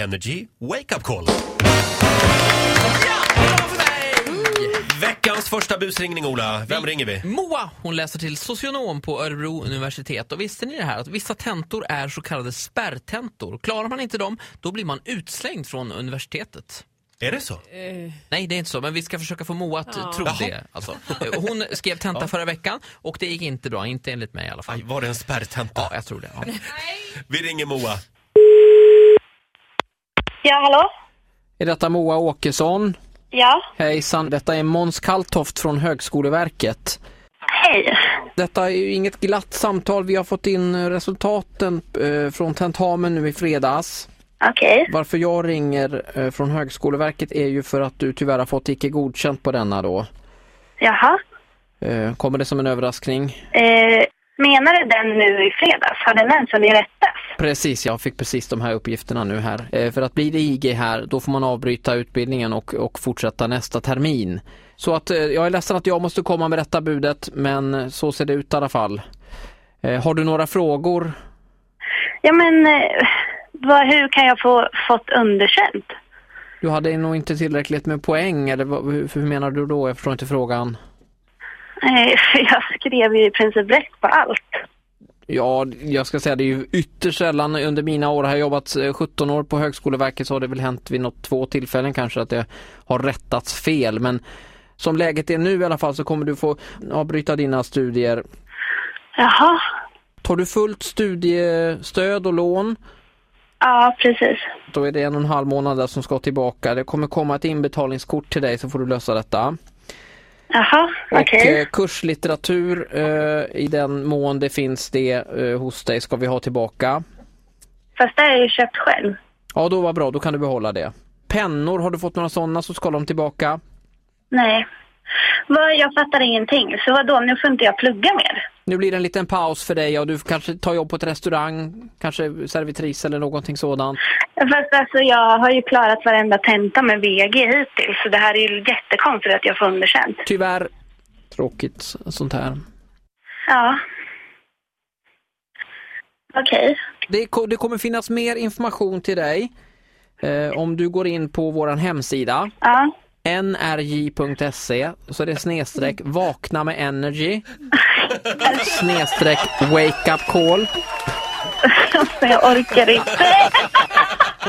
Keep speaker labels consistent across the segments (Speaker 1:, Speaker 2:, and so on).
Speaker 1: Energy Wake Up Call. Ja, bra för mig! Veckans första busringning, Ola. Vem ringer vi?
Speaker 2: Moa, hon läser till socionom på Örebro universitet. Och visste ni det här att vissa tentor är så kallade spärrtentor. Klarar man inte dem, då blir man utslängd från universitetet.
Speaker 1: Är det så?
Speaker 3: Eh.
Speaker 2: Nej, det är inte så, men vi ska försöka få Moa att
Speaker 3: Ja.
Speaker 2: tro
Speaker 1: Jaha.
Speaker 2: det. Alltså. Eh, Hon skrev tenta förra veckan och det gick inte bra, inte enligt mig i alla fall.
Speaker 1: Aj, var det en spärrtenta?
Speaker 2: Ja, jag tror det. Ja.
Speaker 1: Vi ringer Moa.
Speaker 4: Ja, hallå?
Speaker 5: Är detta Moa Åkesson?
Speaker 4: Ja,
Speaker 5: Hejsan, detta är Måns Kalltoft från Högskoleverket.
Speaker 4: hej.
Speaker 5: Detta är ju inget glatt samtal. Vi har fått in eh, resultaten eh, från tentamen nu i fredags.
Speaker 4: Okej.
Speaker 5: Varför jag ringer eh, från Högskoleverket är ju för att du tyvärr har fått icke godkänt på denna då.
Speaker 4: Jaha.
Speaker 5: Eh, Kommer det som en överraskning?
Speaker 4: Eh, menade den nu i fredags? Har den den som i rättas?
Speaker 5: Precis, jag fick precis de här uppgifterna nu här. Eh, För att bli det IG här, då får man avbryta utbildningen och, och fortsätta nästa termin. Så att eh, jag är ledsen att jag måste komma med detta budet, men eh, så ser det ut i alla fall. Eh, Har du några frågor?
Speaker 4: Ja, men eh, vad, hur kan jag få fått underkänt?
Speaker 5: Du hade nog inte tillräckligt med poäng, eller vad, hur, hur menar du då? Jag förstår inte frågan.
Speaker 4: Eh, för jag skrev ju i princip rätt på allt.
Speaker 5: Ja, jag ska säga det är ju ytterst sällan under mina år, har jag jobbat eh, 17 år på Högskoleverket så har det väl hänt vid något två tillfällen kanske att det har rättats fel. Men som läget är nu i alla fall så kommer du få avbryta dina studier.
Speaker 4: Jaha.
Speaker 5: Tar du fullt studiestöd och lån,
Speaker 4: Ja, precis.
Speaker 5: då är det en och en halv månad där som ska tillbaka. Det kommer komma ett inbetalningskort till dig så får du lösa detta.
Speaker 4: Jaha,
Speaker 5: Och
Speaker 4: okej.
Speaker 5: eh, kurslitteratur eh, i den mån det finns det eh, hos dig ska vi ha tillbaka.
Speaker 4: Fast det har jag ju köpt själv.
Speaker 5: Ja, då var bra, då kan du behålla det. Pennor, har du fått några sådana så ska de tillbaka.
Speaker 4: Nej. Vad, jag fattar ingenting. Så vadå, nu får inte jag plugga mer?
Speaker 5: Nu blir det en liten paus för dig och du kanske tar jobb på ett restaurang, kanske servitris eller någonting sådant.
Speaker 4: Fast alltså jag har ju klarat varenda tenta med VG hittills. Så det här är ju jättekonstigt att jag får underkänt.
Speaker 5: Tyvärr, tråkigt sånt här.
Speaker 4: Ja. Okej.
Speaker 5: Det, ko- det kommer finnas mer information till dig eh, om du går in på våran hemsida
Speaker 4: Ja.
Speaker 5: nrj.se e. så är det snedstreck vakna med energy snedstreck wake up call.
Speaker 4: Alltså, jag orkar inte.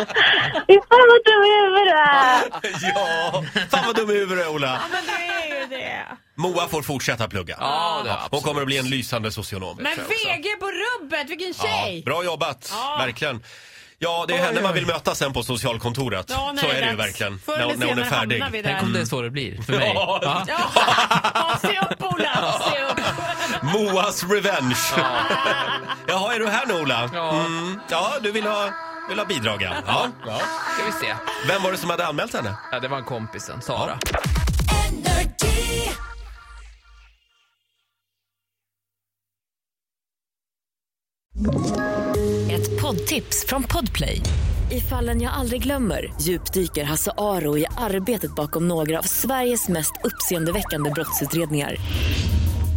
Speaker 4: Fy fan vad dum i huvudet du är.
Speaker 1: ja! Fan vad dum i huvudet, Ola.
Speaker 3: Men det är ju det.
Speaker 1: Moa får fortsätta plugga.
Speaker 2: Ja, det är
Speaker 1: Hon
Speaker 2: absolut.
Speaker 1: kommer att bli en lysande socionom.
Speaker 3: Men
Speaker 2: tror jag
Speaker 3: VG på rubbet, vilken
Speaker 1: Ja,
Speaker 3: tjej!
Speaker 1: bra jobbat,
Speaker 3: Ja.
Speaker 1: verkligen. Ja, det är henne man vill möta sen på socialkontoret.
Speaker 3: Ja, när
Speaker 1: så
Speaker 3: det
Speaker 1: är
Speaker 3: är
Speaker 1: det ju
Speaker 3: dags.
Speaker 1: verkligen.
Speaker 3: Förr eller
Speaker 1: När, när hon är
Speaker 3: senare
Speaker 1: färdig.
Speaker 3: hamnar vi där.
Speaker 2: Tänk om det är så det blir för mig.
Speaker 1: Ja.
Speaker 2: Va?
Speaker 3: Ja, ja se upp Ola, se upp!
Speaker 1: Moas revenge. Jaha, är du här nu Ola?
Speaker 2: Ja.
Speaker 1: Mm. ja du vill ha, vill ha bidrag ja. ja.
Speaker 2: Ska vi se.
Speaker 1: Vem var det som hade anmält henne?
Speaker 2: Ja, det var en kompisen, Sara.
Speaker 6: Ett poddtips från Podplay. I fallen jag aldrig glömmer djupdyker Hasse Aro i arbetet bakom några av Sveriges mest uppseendeväckande brottsutredningar.